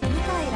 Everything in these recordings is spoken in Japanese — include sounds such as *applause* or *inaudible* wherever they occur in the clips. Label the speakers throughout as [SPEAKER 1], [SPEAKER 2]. [SPEAKER 1] 蘭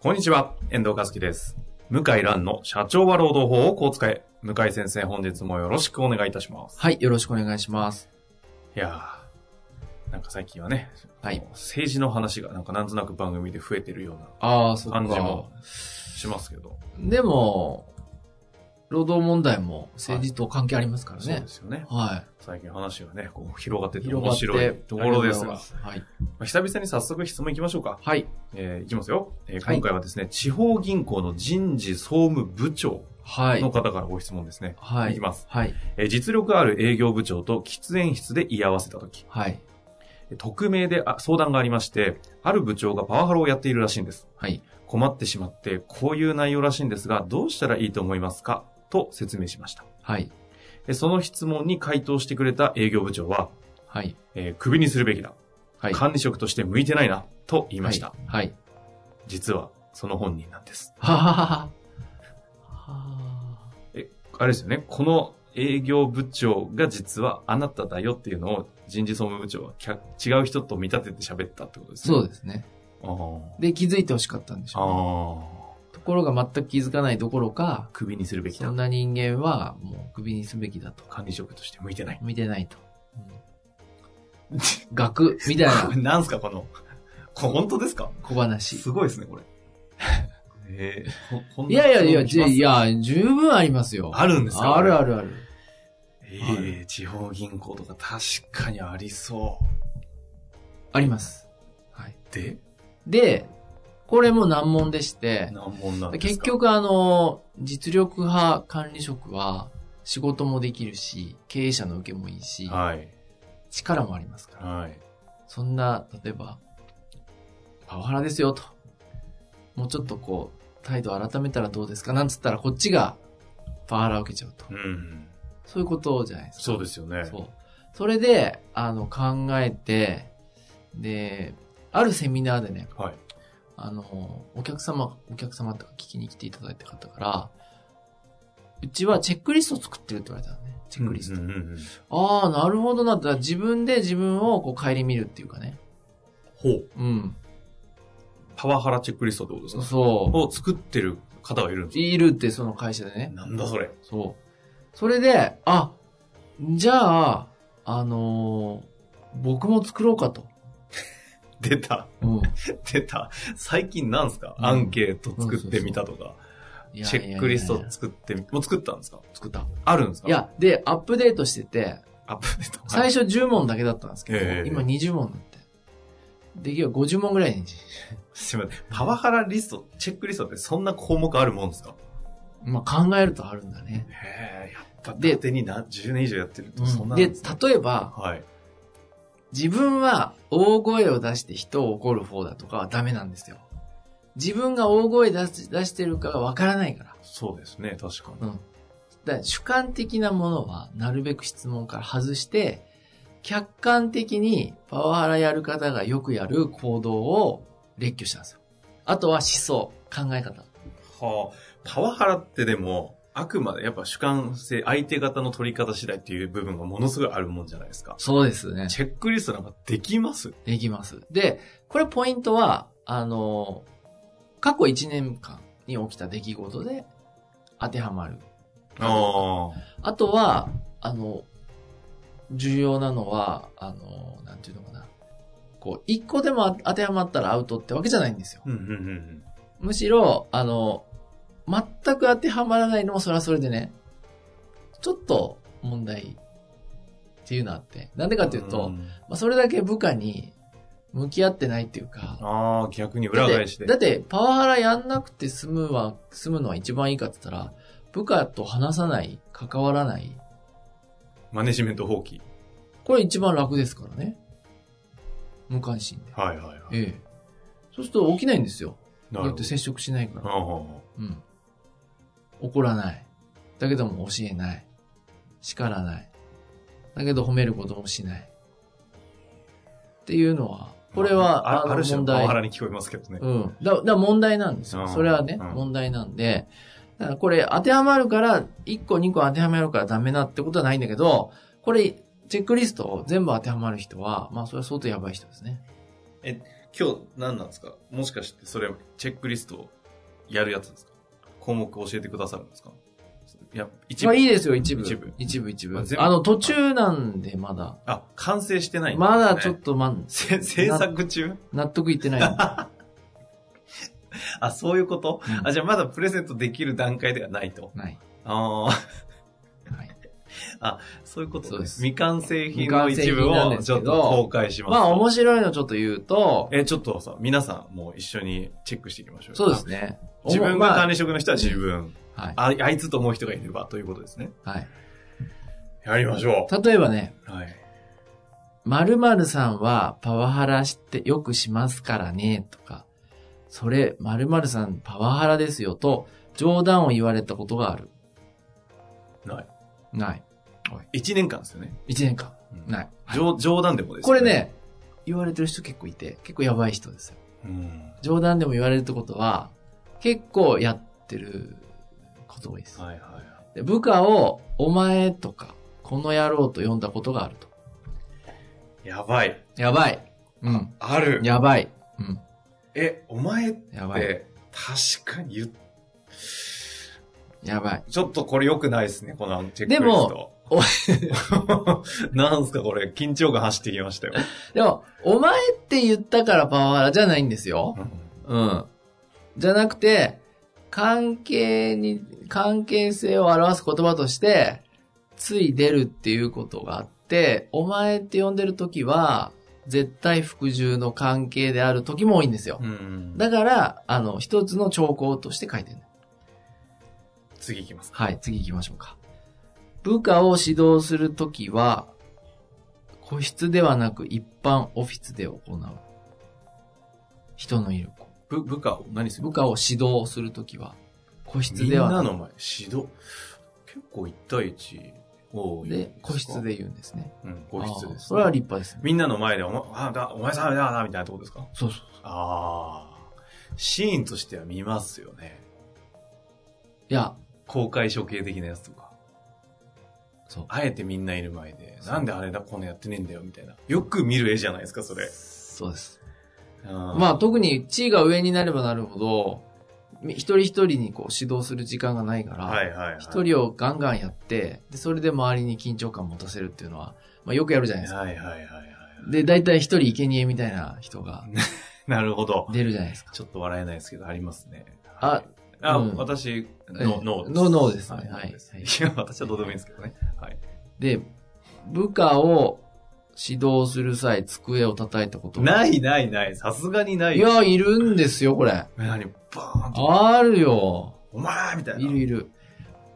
[SPEAKER 2] こんにちは、遠藤和樹です。向井蘭の社長は労働法をこう使え。向井先生、本日もよろしくお願いいたします。
[SPEAKER 3] はい、よろしくお願いします。
[SPEAKER 2] いやー、なんか最近はね、
[SPEAKER 3] はい
[SPEAKER 2] もう政治の話がなんかなんとなく番組で増えてるよう
[SPEAKER 3] ああ、そ
[SPEAKER 2] な
[SPEAKER 3] っか
[SPEAKER 2] 感。じもしますけど。
[SPEAKER 3] でも、労働問題も政治と関係ありますから
[SPEAKER 2] そう
[SPEAKER 3] ね
[SPEAKER 2] で。すよね。
[SPEAKER 3] は
[SPEAKER 2] 最近話がね、こう広がって
[SPEAKER 3] い。
[SPEAKER 2] て面白いところですが、ま
[SPEAKER 3] はい。
[SPEAKER 2] あ久々に早速質問いきましょうか。
[SPEAKER 3] はい。
[SPEAKER 2] えーいきますよ、えー
[SPEAKER 3] はい
[SPEAKER 2] 今回はですね、地方銀行の人事総務部長
[SPEAKER 3] はい。
[SPEAKER 2] の方からご質問ですね。
[SPEAKER 3] はい。
[SPEAKER 2] いきます。
[SPEAKER 3] はい。
[SPEAKER 2] えー実力ある営業部長と喫煙室で居合わせたとき、
[SPEAKER 3] はい。
[SPEAKER 2] 匿名であ相談がありまして、ある部長がパワハラをやっているらしいんです。
[SPEAKER 3] はい。
[SPEAKER 2] 困ってしまって、こういう内容らしいんですが、どうしたらいいと思いますかと説明しました。
[SPEAKER 3] はい。
[SPEAKER 2] えその質問に回答してくれた営業部長は、
[SPEAKER 3] はい。
[SPEAKER 2] えークビにするべきだ。
[SPEAKER 3] はい。
[SPEAKER 2] 管理職として向いてないな、と言いました。
[SPEAKER 3] はい。
[SPEAKER 2] 実は、その本人なんです。
[SPEAKER 3] はははは。は
[SPEAKER 2] あれですよね、この営業部長が実はあなただよっていうのを人事総務部長は客違う人と見立てて喋ったってことですね。
[SPEAKER 3] *laughs* そう
[SPEAKER 2] う。
[SPEAKER 3] ですね。
[SPEAKER 2] あー
[SPEAKER 3] で、気づいてほしかったんでしょうね、
[SPEAKER 2] あ
[SPEAKER 3] ところが全く気づかないどころか
[SPEAKER 2] ー、、クビにするべき
[SPEAKER 3] そ
[SPEAKER 2] だ
[SPEAKER 3] ん。な人間はもうクビにすべきだと。
[SPEAKER 2] 管理職として向いてない。
[SPEAKER 3] 見てないと。うん学みたいな
[SPEAKER 2] *laughs* これ *laughs* なんすか、この。これ本当ですか
[SPEAKER 3] 小話。
[SPEAKER 2] すごいですね、これ。 *laughs* えー、ここん
[SPEAKER 3] い
[SPEAKER 2] な
[SPEAKER 3] やいやいや、
[SPEAKER 2] 質
[SPEAKER 3] じ
[SPEAKER 2] 問来ます
[SPEAKER 3] いや、十分ありますよ。
[SPEAKER 2] あるんですか
[SPEAKER 3] ある
[SPEAKER 2] これ
[SPEAKER 3] あるある。
[SPEAKER 2] えー、地方銀行とか確かにありそう。
[SPEAKER 3] あります。はい。
[SPEAKER 2] で、
[SPEAKER 3] で、これも難問でして、
[SPEAKER 2] 難問なんです
[SPEAKER 3] 結
[SPEAKER 2] か
[SPEAKER 3] 局あの、実力派管理職は仕事もできるし、経営者の受けもいいし、
[SPEAKER 2] はい。
[SPEAKER 3] 力もありますから。
[SPEAKER 2] はい。
[SPEAKER 3] そんな、例えば、パワハラですよと。もうちょっとこう、態度改めたらどうですかなんつったらこっちがパワハラを受けちゃうと。
[SPEAKER 2] うん。
[SPEAKER 3] そういうことじゃないですか。
[SPEAKER 2] そうですよね。
[SPEAKER 3] そう。それで、あの、考えて、で、あるセミナーでね、
[SPEAKER 2] はい。
[SPEAKER 3] あの、お客様、お客様とか聞きに来ていただいた方から、うちはチェックリストを作ってるって言われたのね。チェックリスト。
[SPEAKER 2] うんうんうん
[SPEAKER 3] ああ、なるほどな。だから自分で自分をこう顧みるっていうかね。
[SPEAKER 2] ほう。
[SPEAKER 3] うん。
[SPEAKER 2] パワハラチェックリストってことですか
[SPEAKER 3] そ
[SPEAKER 2] を作ってる方がいるん
[SPEAKER 3] う。
[SPEAKER 2] です
[SPEAKER 3] いるってその会社でね。
[SPEAKER 2] なんだそれ。
[SPEAKER 3] そう。それで、あ、じゃあ、あのー僕も作ろうかと。
[SPEAKER 2] 出た。
[SPEAKER 3] うん。
[SPEAKER 2] 出た。最近なんすか
[SPEAKER 3] うん
[SPEAKER 2] アンケート作ってみたとか、
[SPEAKER 3] いやい
[SPEAKER 2] チ
[SPEAKER 3] やいやい
[SPEAKER 2] ェ
[SPEAKER 3] や
[SPEAKER 2] ックリスト作ってみ、もう作ったんですか
[SPEAKER 3] 作った。
[SPEAKER 2] あるんですか
[SPEAKER 3] い、や、で、アップデートしてて、
[SPEAKER 2] アップデート。
[SPEAKER 3] 最初10問だけだったんですけど、
[SPEAKER 2] ええ
[SPEAKER 3] 今20問だって。できれば50問ぐらいにし、
[SPEAKER 2] すいません。パワハラリスト、チェックリストってそんな項目あるもんですか
[SPEAKER 3] まあ考えるとあるんだね。
[SPEAKER 2] へえ、やっぱ
[SPEAKER 3] で
[SPEAKER 2] 縦にな10年以上やってるとそんなん
[SPEAKER 3] で、
[SPEAKER 2] すね
[SPEAKER 3] 例えば、
[SPEAKER 2] はい。
[SPEAKER 3] 自分は大声を出して人を怒る方だとかはダメなんですよ。自分が大声出し出してるかがわからないから。
[SPEAKER 2] そうですね、確か
[SPEAKER 3] うん。だから主観的なものはなるべく質問から外して、客観的にパワハラやる方がよくやる行動を列挙したんですよ。あとは思想、考え方。
[SPEAKER 2] に。はあ、パワハラってでも、あくまでやっぱ主観性、相手方の取り方次第っていう部分がものすごいあるもんじゃないですか。
[SPEAKER 3] そうですね。
[SPEAKER 2] チェックリストなんかできます
[SPEAKER 3] できます。で、これポイントは、あの、過去1年間に起きた出来事で当てはまる。
[SPEAKER 2] あ
[SPEAKER 3] あとは、あの、重要なのは、あの、なんていうのかな。こう、一個でも当てはまったらアウトってわけじゃないんですよ
[SPEAKER 2] あ。。うんうんうんうん。
[SPEAKER 3] むしろ、あの、全く当てはまらないのもそれはそれでね、ちょっと問題っていうのあって。なんでかっていうと、
[SPEAKER 2] ん
[SPEAKER 3] まあ、それだけ部下に向き合ってないっていうか、
[SPEAKER 2] ああ、逆に裏返しで。
[SPEAKER 3] だって、だってパワハラやんなくて済むは、済むのは一番いいかって言ったら、部下と話さない、関わらない。
[SPEAKER 2] マネジメント放棄。
[SPEAKER 3] これ一番楽ですからね。無関心で。
[SPEAKER 2] はいはいはい。
[SPEAKER 3] ええ。そうすると起きないんですよ。
[SPEAKER 2] な
[SPEAKER 3] だ
[SPEAKER 2] る
[SPEAKER 3] っ
[SPEAKER 2] ほど
[SPEAKER 3] て。接触しないから。
[SPEAKER 2] あ
[SPEAKER 3] うん。怒らない。だけども教えない。叱らない。だけど褒めることもしない。っていうのは、
[SPEAKER 2] あ
[SPEAKER 3] これは、
[SPEAKER 2] ああ
[SPEAKER 3] の
[SPEAKER 2] る種
[SPEAKER 3] 問
[SPEAKER 2] のパワ
[SPEAKER 3] 題
[SPEAKER 2] ハ。ラに聞こえますけどね。
[SPEAKER 3] うん。だ、だ問題なんです
[SPEAKER 2] う
[SPEAKER 3] よ。
[SPEAKER 2] ん
[SPEAKER 3] それはね、
[SPEAKER 2] うん
[SPEAKER 3] 問題なんで。だからこれ当てはまるから、1個2個当てはまるからダメなってことはないんだけど、これ、チェックリストを全部当てはまる人は、まあそれは相当やばい人ですね。
[SPEAKER 2] 今日何なんですかもしかしてそれチェックリストをやるやつですか項目教えてくださるんですかいや、一
[SPEAKER 3] まあ
[SPEAKER 2] 部。
[SPEAKER 3] いいですよ、一部。
[SPEAKER 2] 一部
[SPEAKER 3] 一部、一部
[SPEAKER 2] まあ全部
[SPEAKER 3] あの、途中なんで、まだ。
[SPEAKER 2] あ、完成してないんですね
[SPEAKER 3] まだちょっと、ま、
[SPEAKER 2] せ制作中
[SPEAKER 3] 納得いってない。
[SPEAKER 2] あ、そういうこと
[SPEAKER 3] うん
[SPEAKER 2] あ、じゃあまだプレゼントできる段階ではないと。
[SPEAKER 3] ない。
[SPEAKER 2] ああ、
[SPEAKER 3] はい。
[SPEAKER 2] そういうこと
[SPEAKER 3] そうです
[SPEAKER 2] 未完成品の一部
[SPEAKER 3] 未完成品なん
[SPEAKER 2] を
[SPEAKER 3] です
[SPEAKER 2] ちょ
[SPEAKER 3] け
[SPEAKER 2] っ
[SPEAKER 3] ど
[SPEAKER 2] と公開します。
[SPEAKER 3] まあ面白いのちょっと言うと、
[SPEAKER 2] え、ちょっとさ、皆さんもう一緒にチェックしていきましょう。
[SPEAKER 3] そうです。ね。
[SPEAKER 2] 自分が管理職の人は
[SPEAKER 3] まあ
[SPEAKER 2] 自分、
[SPEAKER 3] まあはい。
[SPEAKER 2] あ。あいつと思う人がいればということですね。
[SPEAKER 3] はい。
[SPEAKER 2] やりましょ
[SPEAKER 3] 例えばね、
[SPEAKER 2] う。はい。ない。
[SPEAKER 3] ない。
[SPEAKER 2] 一年間ですよね。
[SPEAKER 3] 一年間。
[SPEAKER 2] うん
[SPEAKER 3] ない。
[SPEAKER 2] 冗冗談でもです
[SPEAKER 3] こ
[SPEAKER 2] よ
[SPEAKER 3] れ、ね、言われてる人結構いて、結構やばい人ですよ。
[SPEAKER 2] うん。
[SPEAKER 3] 冗談でも言われるってことは、結構やってることが多いです。
[SPEAKER 2] はいはいはい。
[SPEAKER 3] で部下を、お前とか、この野郎と呼んだことがあると。
[SPEAKER 2] やばい。
[SPEAKER 3] やばい。うん。
[SPEAKER 2] ある。
[SPEAKER 3] やばい。うん。
[SPEAKER 2] え、お前っ
[SPEAKER 3] やばい。
[SPEAKER 2] て、確かに言っ
[SPEAKER 3] やばい。
[SPEAKER 2] ちょっとこれ良くないですね、このチェックリスト。
[SPEAKER 3] で
[SPEAKER 2] *laughs*
[SPEAKER 3] も、
[SPEAKER 2] なんすかこれ、緊張感走ってきま
[SPEAKER 3] *laughs*
[SPEAKER 2] したよ。
[SPEAKER 3] でも、お前って言ったからパワハラじゃないんですよ。うん。じゃなくて、関係に、関係性を表す言葉として、つい出るっていうことがあって、お前って呼んでる時は、絶対服従の関係である時も多いんですよ。
[SPEAKER 2] うん
[SPEAKER 3] だから、あの、一つの兆候として書いてる。
[SPEAKER 2] 次行きますか。
[SPEAKER 3] はい、次行きましょうか。部下を指導するときは、個室ではなく一般オフィスで行う。人のいる子。
[SPEAKER 2] 部部下を何する
[SPEAKER 3] 部下を指導するときは、個室
[SPEAKER 2] みん
[SPEAKER 3] では
[SPEAKER 2] な
[SPEAKER 3] な
[SPEAKER 2] の前、指導。結構一対一多
[SPEAKER 3] く
[SPEAKER 2] い
[SPEAKER 3] で、
[SPEAKER 2] すか
[SPEAKER 3] 個室。で言うんですね。
[SPEAKER 2] うん、個室です、
[SPEAKER 3] あーそれは立派ですね。
[SPEAKER 2] みんなの前で、お前、あ、だ、お前さんあれだな、みたいなとこですか
[SPEAKER 3] そうそう。
[SPEAKER 2] ああ。シーンとしては見ますよね。
[SPEAKER 3] いや、
[SPEAKER 2] 公開処刑的なやつとか。
[SPEAKER 3] そう。
[SPEAKER 2] あえてみんないる前で、なんであれだ、こんなやってねえんだよ、みたいな。よく見る絵じゃないですか、それ。
[SPEAKER 3] そうです。
[SPEAKER 2] ま
[SPEAKER 3] まあ特に地位が上になればなるほど、み一人一人にこう指導する時間がないから、
[SPEAKER 2] はいはいはい。
[SPEAKER 3] 一人をガンガンやって、で、それで周りに緊張感を持たせるっていうのは、まあよくやるじゃないですか。
[SPEAKER 2] はいはいはいはい。
[SPEAKER 3] で、大体一人生贄みたいな人が
[SPEAKER 2] なるほど。
[SPEAKER 3] 出るじゃないですか。
[SPEAKER 2] ちょっと笑えないですけど、ありますね。
[SPEAKER 3] あ
[SPEAKER 2] はい、あ、
[SPEAKER 3] うん
[SPEAKER 2] 私、
[SPEAKER 3] え
[SPEAKER 2] のノーです。
[SPEAKER 3] のノーですね
[SPEAKER 2] はい
[SPEAKER 3] はい
[SPEAKER 2] ノーです
[SPEAKER 3] はい
[SPEAKER 2] いや、私はどうでもいいんですけどね。はい。
[SPEAKER 3] で、部下を指導する際、机を叩いたことが
[SPEAKER 2] ないないない、さすがにない
[SPEAKER 3] い
[SPEAKER 2] よ。
[SPEAKER 3] や、いるんですよ、これ。
[SPEAKER 2] え何バーンと、
[SPEAKER 3] あるよ。
[SPEAKER 2] お前みたいな。
[SPEAKER 3] いるいる。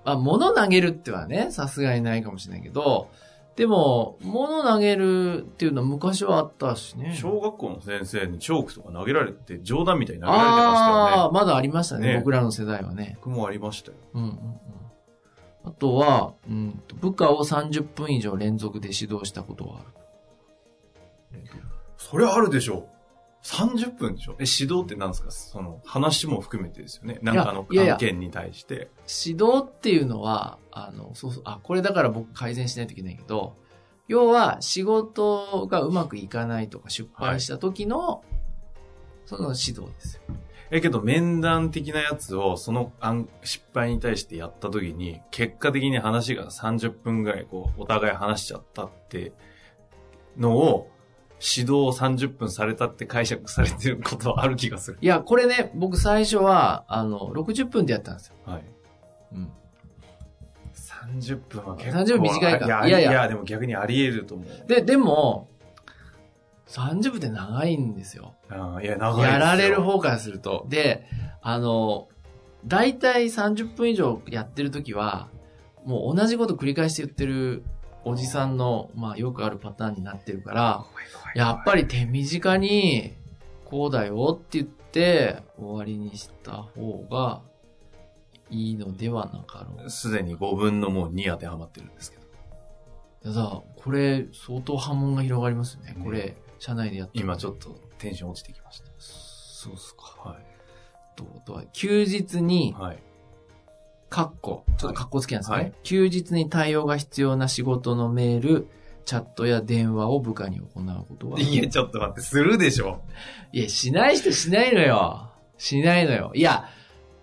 [SPEAKER 3] あ、物投げるってはね、さすがにないかもしれないけど、でも、物投げるっていうのは昔はあったしね。
[SPEAKER 2] 小学校の先生にチョークとか投げられて、冗談みたいに投げられてました
[SPEAKER 3] あ
[SPEAKER 2] よ
[SPEAKER 3] あ、
[SPEAKER 2] ね。
[SPEAKER 3] まだありましたね、
[SPEAKER 2] ね
[SPEAKER 3] 僕らの世代はね。
[SPEAKER 2] 僕もありましたよ。
[SPEAKER 3] うんうんうん。あとは、うんと、部下を30分以上連続で指導したことがある。
[SPEAKER 2] それあるでしょ。30分でしょ。え、指導って何ですかその、話も含めてですよね。なんかあの、
[SPEAKER 3] いやいや
[SPEAKER 2] 案件に対して。
[SPEAKER 3] 指導っていうのは、あの、そうそう、あ、これだから僕改善しないといけないけど、要は仕事がうまくいかないとか失敗した時の、その指導ですよ。
[SPEAKER 2] え、けど面談的なやつを、その案失敗に対してやった時に、結果的に話が30分ぐらい、こう、お互い話しちゃったって、のを、指導を30分されたって解釈されてることはある気がする。
[SPEAKER 3] いや、これね、僕最初は、あの、60分でやったんですよ。
[SPEAKER 2] はい。
[SPEAKER 3] うん。
[SPEAKER 2] 30分は結構。
[SPEAKER 3] 30分短いか
[SPEAKER 2] いや、いや、
[SPEAKER 3] いやいや
[SPEAKER 2] いやでも逆にあり得ると思う。
[SPEAKER 3] で、でも、30分って長いんですよ。
[SPEAKER 2] うん、いや、長いですよ
[SPEAKER 3] やられる方からすると。で、あの、大体30分以上やってるときは、もう同じこと繰り返して言ってるおじさんの、まあ、よくあるパターンになってるから、やっぱり手短に、こうだよって言って、終わりにした方がいいのではなかろうか
[SPEAKER 2] すでに5分のもう2当てはまってるんですけど。
[SPEAKER 3] ただ、これ、相当波紋が広がりますね。これ、社内でやって
[SPEAKER 2] 今ちょっとテンション落ちてきました。
[SPEAKER 3] そうっすか。
[SPEAKER 2] は
[SPEAKER 3] と、あとは、休日に
[SPEAKER 2] い。、はい。
[SPEAKER 3] カッコ、ちょっとカッコつけなんですね、
[SPEAKER 2] はい
[SPEAKER 3] 休日に対応が必要な仕事のメール、チャットや電話を部下に行うことは。
[SPEAKER 2] いや、ちょっと待って、するでしょ。
[SPEAKER 3] いや、しない人しないのよ。しないのよ。いや、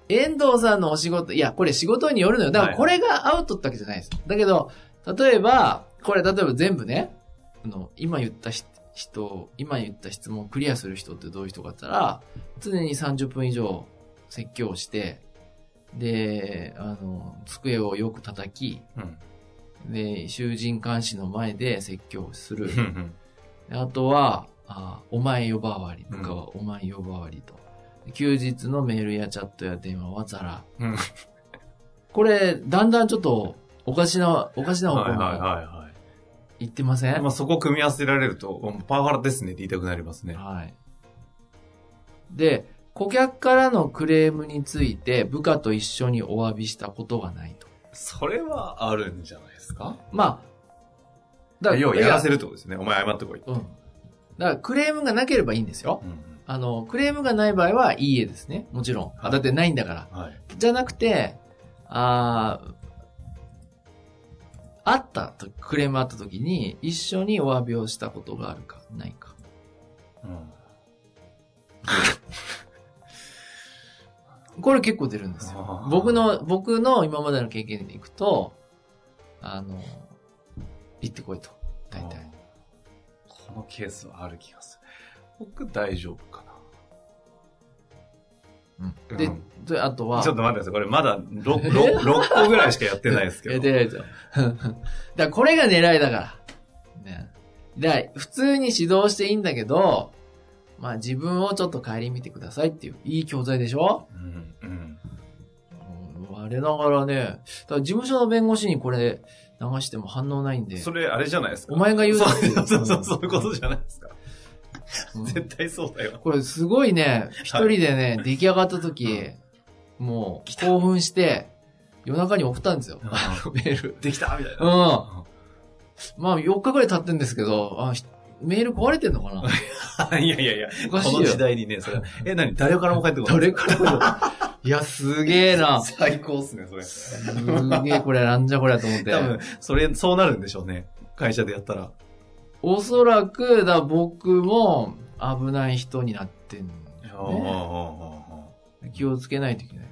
[SPEAKER 3] 遠藤さんのお仕事、いや、これ仕事によるのよ。だから
[SPEAKER 2] はい
[SPEAKER 3] これがアウトってわけじゃないです。だけど、例えば、これ例えば全部ね、あの、今言ったひ人、今言った質問をクリアする人ってどういう人かって言ったら、常に30分以上説教をして、で、あの、机をよく叩き、
[SPEAKER 2] うん。
[SPEAKER 3] で、囚人監視の前で説教をする。
[SPEAKER 2] うん
[SPEAKER 3] であとは、あお前呼ばわり、部下はお前呼ばわりと。休日のメールやチャットや電話はザラ。
[SPEAKER 2] うん
[SPEAKER 3] これ、だんだんちょっと、おかしな、おかしな方
[SPEAKER 2] はい
[SPEAKER 3] 向
[SPEAKER 2] はい
[SPEAKER 3] に
[SPEAKER 2] はい
[SPEAKER 3] 行ってません、
[SPEAKER 2] はい。まあ、そこ組み合わせられると、うんパワハラですねって言いたくなりますね。
[SPEAKER 3] はい。で、顧客からのクレームについて部下と一緒にお詫びしたことがないと。
[SPEAKER 2] それはあるんじゃないですか
[SPEAKER 3] まあ、
[SPEAKER 2] だから要はやらせる
[SPEAKER 3] る。
[SPEAKER 2] ってことですね。お前謝ってこい。
[SPEAKER 3] うん。だからクレームがなければいいんですよ。
[SPEAKER 2] うん
[SPEAKER 3] あの、クレームがない場合はいいえですね。もちろん。あだってないんだから。
[SPEAKER 2] うん。はい。
[SPEAKER 3] じゃなくて、あーあったと、クレームあった時に、一緒にお詫びをしたことがあるか、ないか。
[SPEAKER 2] うん
[SPEAKER 3] これ結構出るんです
[SPEAKER 2] あ
[SPEAKER 3] よ。
[SPEAKER 2] ー
[SPEAKER 3] 僕の、僕の今までの経験でいくと、あの、行ってこいと。大体。
[SPEAKER 2] このケースはある気がする。僕大丈夫か
[SPEAKER 3] うん、で
[SPEAKER 2] うん、
[SPEAKER 3] であと
[SPEAKER 2] な。
[SPEAKER 3] は、
[SPEAKER 2] ちょっと待ってください。これまだ 6, 6,
[SPEAKER 3] *laughs*
[SPEAKER 2] 個ぐらいしかやってないですけ
[SPEAKER 3] え
[SPEAKER 2] ど。
[SPEAKER 3] 出ないですよ。 *laughs* だからこれが狙いだから。ね。だから普通に指導していいんだけど、まあ自分をちょっと顧みてくださいっていう、いい教材でしょ
[SPEAKER 2] うんうん
[SPEAKER 3] うん我ながらね、だから事務所の弁護士にこれ流しても反応ないんで、
[SPEAKER 2] それあれじゃないですか。
[SPEAKER 3] お前が言うなって
[SPEAKER 2] そうそうそう、そういうことじゃないですか。
[SPEAKER 3] うん
[SPEAKER 2] 絶対そうだよ。
[SPEAKER 3] これすごいね、一人でね、出来上がった時、もう興奮して、夜中に送ったんですよ、あのメール。
[SPEAKER 2] *laughs* できたみたい
[SPEAKER 3] うん。
[SPEAKER 2] な。
[SPEAKER 3] まあ4日ぐらい経ってんですけど、あひメール壊れてんのか
[SPEAKER 2] *laughs*
[SPEAKER 3] な
[SPEAKER 2] いやいやいや、
[SPEAKER 3] お
[SPEAKER 2] こ
[SPEAKER 3] かしいよ
[SPEAKER 2] の時代にね、そ
[SPEAKER 3] *laughs*
[SPEAKER 2] れ。え、何誰からも帰ってこない
[SPEAKER 3] 誰からも。いや、すげえな。す
[SPEAKER 2] *laughs* 最高っすね、それ。
[SPEAKER 3] げえこれなんじゃこりゃと思って。
[SPEAKER 2] 多分、それ、そうなるんでしょうね。会社でやったら。
[SPEAKER 3] おそらく、だ僕も危ない人になってんのね、気をつけないといけない。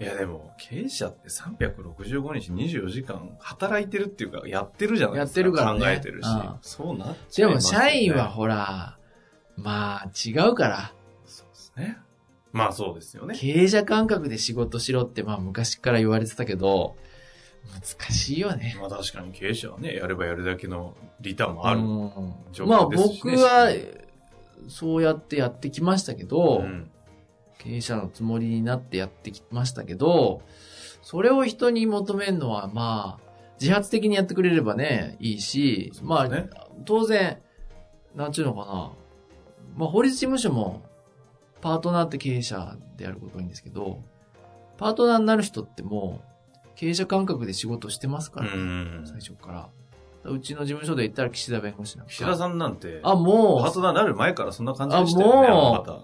[SPEAKER 2] いやでも、経営者って365日24時間働いてるっていうか、やってるじゃないですか。
[SPEAKER 3] やってるからね
[SPEAKER 2] 考えてるし
[SPEAKER 3] うん。
[SPEAKER 2] そうなっち
[SPEAKER 3] で
[SPEAKER 2] ゃい
[SPEAKER 3] も
[SPEAKER 2] ますよ
[SPEAKER 3] 社
[SPEAKER 2] ね
[SPEAKER 3] 員は。ほら、まあ違うから、
[SPEAKER 2] そうですね。まあそうですよね。
[SPEAKER 3] 経営者感覚で仕事しろってまあ昔から言われてたけど、難しいよね。
[SPEAKER 2] まあ確かに経営者はね、やればやるだけのリターンもある。
[SPEAKER 3] る
[SPEAKER 2] 状
[SPEAKER 3] まあ
[SPEAKER 2] 況ですし
[SPEAKER 3] 僕
[SPEAKER 2] ね
[SPEAKER 3] は、そうやってやってきましたけど、
[SPEAKER 2] うん
[SPEAKER 3] 経営者のつもりになってやってきましたけど、それを人に求めるのは、まあ、自発的にやってくれればね、いいし、ま
[SPEAKER 2] そうですね
[SPEAKER 3] あ、当然、なんちゅうのかな、まあ、法律事務所も、パートナーって経営者であることがいいんですけど、パートナーになる人ってもう、経営者感覚で仕事してますから、
[SPEAKER 2] うん
[SPEAKER 3] 最初から。うちの事務所で言ったら岸田弁護士なんか。
[SPEAKER 2] 岸田さんなんて、
[SPEAKER 3] あ、も
[SPEAKER 2] パートナーになる前からそんな感じでした
[SPEAKER 3] あ
[SPEAKER 2] よね、
[SPEAKER 3] もう、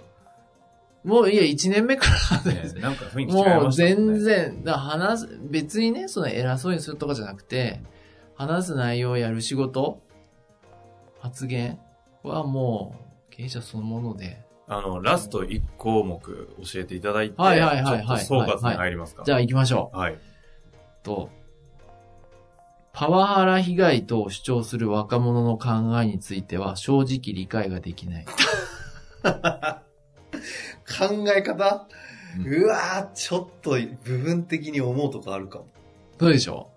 [SPEAKER 3] もういや、1年目から
[SPEAKER 2] あ
[SPEAKER 3] で
[SPEAKER 2] な
[SPEAKER 3] す
[SPEAKER 2] た。なんか雰囲気違いましたもんね。
[SPEAKER 3] もう全然、だ話す、別にね、その偉そうにするとかじゃなくて、話す内容をやる仕事、発言はもう、経営者そのもので。
[SPEAKER 2] あの、ラスト1項目教えていただいて、
[SPEAKER 3] はいはいはいはい
[SPEAKER 2] ちょっと総括に入りますか。
[SPEAKER 3] じゃあ行きましょ
[SPEAKER 2] はい。
[SPEAKER 3] う。と、パワハラ被害と主張する若者の考えについては正直理解ができない。
[SPEAKER 2] 考え方
[SPEAKER 3] うん
[SPEAKER 2] うわー、ちょっと部分的に思うとかあるかも。 *laughs*
[SPEAKER 3] どうでしょ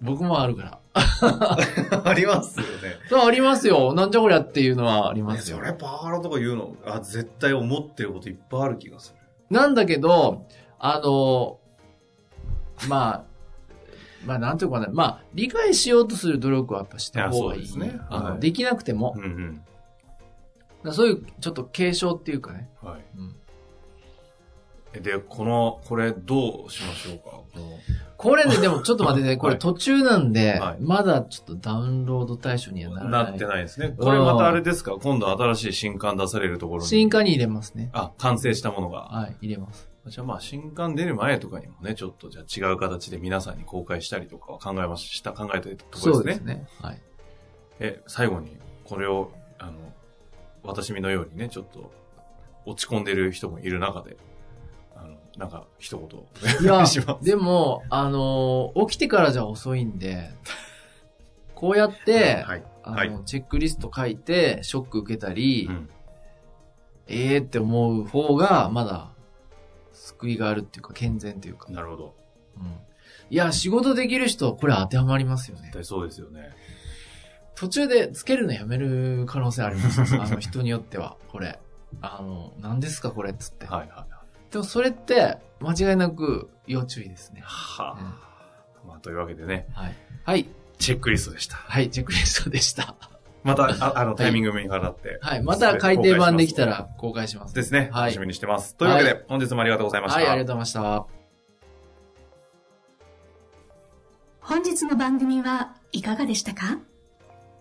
[SPEAKER 3] う僕もあるから。
[SPEAKER 2] ありますよね。
[SPEAKER 3] そうありますよ。なんじゃこりゃっていうのはありますよ
[SPEAKER 2] そ。れパワハラとか言うの、あ、絶対思ってることいっぱいある気がする。
[SPEAKER 3] なんだけど、あの、まあ、まあ、なんというかね、まあ、理解しようとする努力はやっぱした方がいい。
[SPEAKER 2] いやそうですね
[SPEAKER 3] あの
[SPEAKER 2] はい
[SPEAKER 3] できなくても。
[SPEAKER 2] うんうん。
[SPEAKER 3] だからそういう、ちょっと継承っていうかね。
[SPEAKER 2] はい。
[SPEAKER 3] うん
[SPEAKER 2] えで、この、これどうしましょうかこの
[SPEAKER 3] これね、でもちょっと待ってね、これ途中なんで、
[SPEAKER 2] はい
[SPEAKER 3] まだちょっとダウンロード対象にはなら
[SPEAKER 2] な
[SPEAKER 3] ない。
[SPEAKER 2] ってないですね。これまたあれですか今度新しい新刊出されるところに。
[SPEAKER 3] 進化に入れますね。
[SPEAKER 2] あ、完成したものが。
[SPEAKER 3] はい、入れます。
[SPEAKER 2] じゃあまあ新刊出る前とかにもね、ちょっとじゃあ違う形で皆さんに公開したりとかは考えました、考えてるところ
[SPEAKER 3] そ
[SPEAKER 2] で
[SPEAKER 3] う
[SPEAKER 2] すね。
[SPEAKER 3] ですね。はい。
[SPEAKER 2] え、最後にこれを、あの、私のようにね、ちょっと落ち込んでる人もいる中で、あの、なんか一言
[SPEAKER 3] い
[SPEAKER 2] お願 *laughs*
[SPEAKER 3] や
[SPEAKER 2] いしま、す。
[SPEAKER 3] でも、あのー起きてからじゃ遅いんで、こうやって、
[SPEAKER 2] はい。
[SPEAKER 3] あの、
[SPEAKER 2] はい
[SPEAKER 3] チェックリスト書いて、ショック受けたり、
[SPEAKER 2] うん
[SPEAKER 3] ええー、って思う方が、まだ、救いがあるっていうか、健全っていうか。
[SPEAKER 2] なるほど。
[SPEAKER 3] うんいや、仕事できる人、これ当てはまりますよね
[SPEAKER 2] 絶。対そうですよね。
[SPEAKER 3] 途中でつけるのやめる可能性あります。
[SPEAKER 2] *laughs*
[SPEAKER 3] あの、人によっては、これ。あの、何ですかこれっつって。
[SPEAKER 2] はいはい。
[SPEAKER 3] でもそれって、間違いなく要注意ですね。
[SPEAKER 2] はあ、まあ、というわけでね、
[SPEAKER 3] はい。はい。
[SPEAKER 2] チェックリストでした。
[SPEAKER 3] はい、チェックリストでした。
[SPEAKER 2] また、ああの、タイミング見計らって。
[SPEAKER 3] はい。また改訂版できたら公開します。
[SPEAKER 2] ですね。
[SPEAKER 3] は
[SPEAKER 2] 楽
[SPEAKER 3] い
[SPEAKER 2] しみにしてます。というわけで、
[SPEAKER 3] は
[SPEAKER 2] 本日もありがとうございました。
[SPEAKER 3] はい、ありがとうございました。
[SPEAKER 1] 本日の番組はいかがでしたか